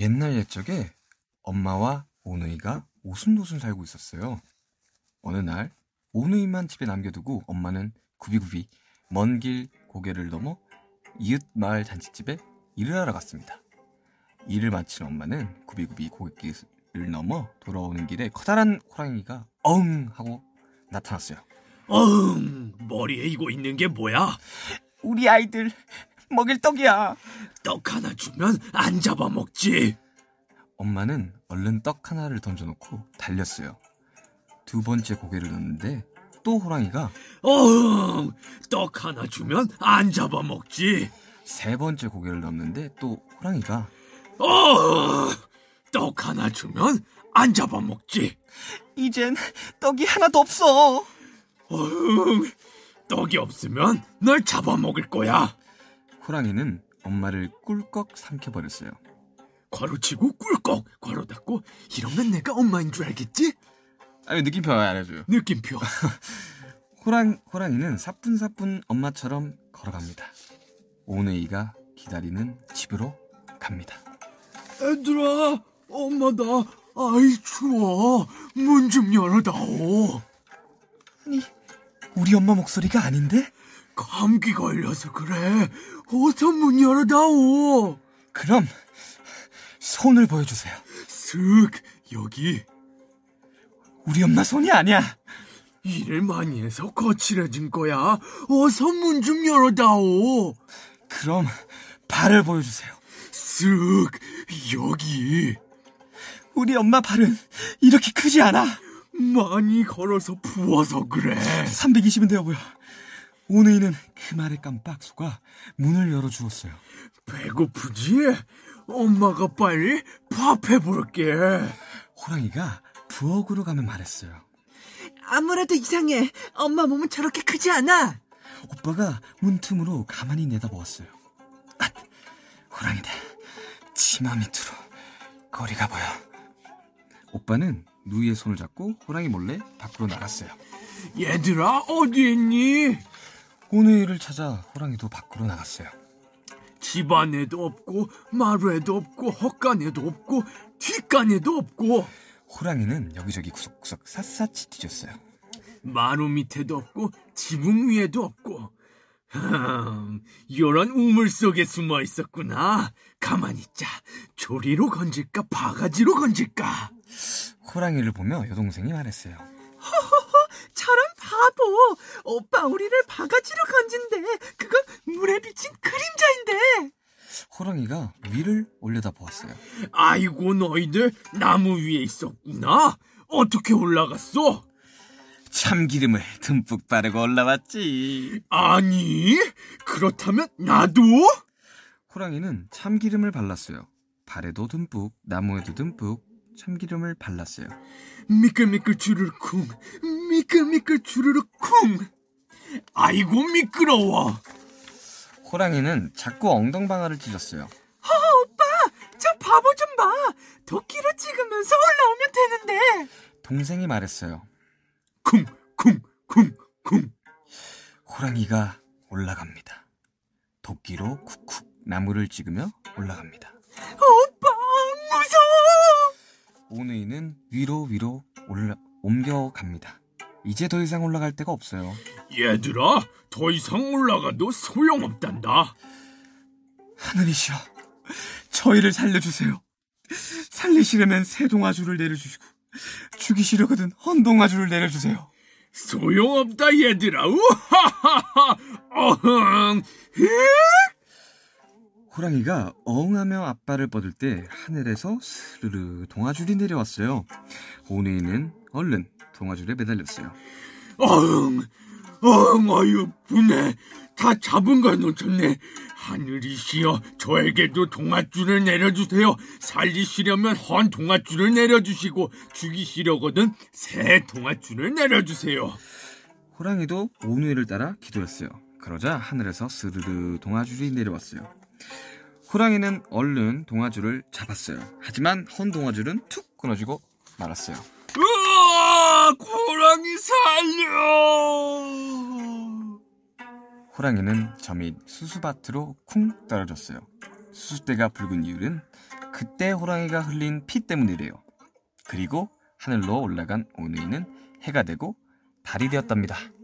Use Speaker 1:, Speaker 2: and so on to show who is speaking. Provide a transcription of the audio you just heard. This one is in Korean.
Speaker 1: 옛날 옛적에 엄마와 오누이가 오순도순 살고 있었어요. 어느 날 오누이만 집에 남겨두고 엄마는 구비구비 먼 길 고개를 넘어 이웃 마을 잔치집에 일을 하러 갔습니다. 일을 마친 엄마는 구비구비 고갯길을 넘어 돌아오는 길에 커다란 호랑이가 어흥 하고 나타났어요.
Speaker 2: 어흥, 머리에 이고 있는 게 뭐야?
Speaker 1: 우리 아이들 먹일 떡이야.
Speaker 2: 떡 하나 주면 안 잡아먹지.
Speaker 1: 엄마는 얼른 떡 하나를 던져놓고 달렸어요. 두 번째 고개를 넣는데 또 호랑이가
Speaker 2: 어흥, 떡 하나 주면 안 잡아먹지.
Speaker 1: 세 번째 고개를 넘는데 또 호랑이가
Speaker 2: 어흥, 떡 하나 주면 안 잡아먹지.
Speaker 1: 이젠 떡이 하나도 없어.
Speaker 2: 어흥, 떡이 없으면 널 잡아먹을 거야.
Speaker 1: 호랑이는 엄마를 꿀꺽 삼켜버렸어요.
Speaker 2: 괄호치고 꿀꺽, 괄호 닫고 이러면 내가 엄마인 줄 알겠지?
Speaker 1: 아니 느낌표 안 해줘요.
Speaker 2: 느낌표.
Speaker 1: 호랑 호랑이는 사뿐사뿐 엄마처럼 걸어갑니다. 오네이가 기다리는 집으로 갑니다.
Speaker 2: 애들아, 엄마 나 아이 추워. 문 좀 열어다오.
Speaker 1: 아니 우리 엄마 목소리가 아닌데?
Speaker 2: 감기 걸려서 그래. 어서 문 열어다오.
Speaker 1: 그럼 손을 보여주세요.
Speaker 2: 슥 여기
Speaker 1: 우리 엄마 손이 아니야.
Speaker 2: 일을 많이 해서 거칠어진 거야. 어서 문 좀 열어다오.
Speaker 1: 그럼 발을 보여주세요.
Speaker 2: 슥 여기
Speaker 1: 우리 엄마 발은 이렇게 크지 않아.
Speaker 2: 많이 걸어서 부어서 그래.
Speaker 1: 320은 되어 보여. 오네이는 그 말에 깜빡 속아 문을 열어 주었어요.
Speaker 2: 배고프지? 엄마가 빨리 밥 해볼게.
Speaker 1: 호랑이가 부엌으로 가면 말했어요.
Speaker 2: 아무래도 이상해. 엄마 몸은 저렇게 크지 않아.
Speaker 1: 오빠가 문틈으로 가만히 내다보았어요. 앗! 호랑이다. 치마 밑으로 거리가 보여. 오빠는 누이의 손을 잡고 호랑이 몰래 밖으로 나갔어요.
Speaker 2: 얘들아 어디 있니?
Speaker 1: 호누이를 찾아 호랑이도 밖으로 나갔어요.
Speaker 2: 집안에도 없고 마루에도 없고 헛간에도 없고 뒷간에도 없고
Speaker 1: 호랑이는 여기저기 구석구석 샅샅이 뒤졌어요.
Speaker 2: 마루 밑에도 없고 지붕 위에도 없고 흠, 요런 우물 속에 숨어 있었구나 가만히 있자 조리로 건질까 바가지로 건질까
Speaker 1: 호랑이를 보며 여동생이 말했어요.
Speaker 2: 저런 바보 오빠 우리를 바가지로 건진대 그건 물에 비친 그림자인데
Speaker 1: 호랑이가 위를 올려다 보았어요.
Speaker 2: 아이고 너희들 나무 위에 있었구나 어떻게 올라갔어?
Speaker 1: 참기름을 듬뿍 바르고 올라왔지.
Speaker 2: 아니, 그렇다면 나도?
Speaker 1: 호랑이는 참기름을 발랐어요. 발에도 듬뿍, 나무에도 듬뿍 참기름을 발랐어요.
Speaker 2: 미끌미끌 주르륵쿵, 미끌미끌 주르륵쿵. 아이고, 미끄러워.
Speaker 1: 호랑이는 자꾸 엉덩방아를 찢었어요.
Speaker 2: 저 바보 좀 봐. 도끼로 찍으면서 올라오면 되는데.
Speaker 1: 동생이 말했어요.
Speaker 2: 쿵, 쿵, 쿵, 쿵.
Speaker 1: 호랑이가 올라갑니다. 도끼로 쿡쿡 나무를 찍으며 올라갑니다.
Speaker 2: 아, 오빠, 무서워.
Speaker 1: 오누이는 위로 위로 올라, 옮겨갑니다. 이제 더 이상 올라갈 데가 없어요.
Speaker 2: 얘들아, 더 이상 올라가도 소용없단다.
Speaker 1: 하늘이시여, 저희를 살려주세요. 살리시려면 새 동아줄을 내려주시고, 죽이시려거든 헌 동아줄을 내려주세요.
Speaker 2: 소용없다, 얘들아. 우하하하. 어흥.
Speaker 1: 호랑이가 어흥하며 앞발을 뻗을 때 하늘에서 스르르 동아줄이 내려왔어요. 오누이는 얼른 동아줄에 매달렸어요.
Speaker 2: 어흥, 어흥, 어휴, 분해. 다 잡은 걸 놓쳤네. 하늘이시여, 저에게도 동아줄을 내려주세요. 살리시려면 헌 동아줄을 내려주시고, 죽이시려거든 새 동아줄을 내려주세요.
Speaker 1: 호랑이도 오누이를 따라 기도했어요. 그러자 하늘에서 스르르 동아줄이 내려왔어요. 호랑이는 얼른 동아줄을 잡았어요. 하지만 헌 동아줄은 툭 끊어지고 말았어요.
Speaker 2: 으아, 고랑이 살려!
Speaker 1: 호랑이는 저밑 수수밭으로 쿵 떨어졌어요. 수수대가 붉은 이유는 그때 호랑이가 흘린 피 때문이래요. 그리고 하늘로 올라간 오누이는 해가 되고 달이 되었답니다.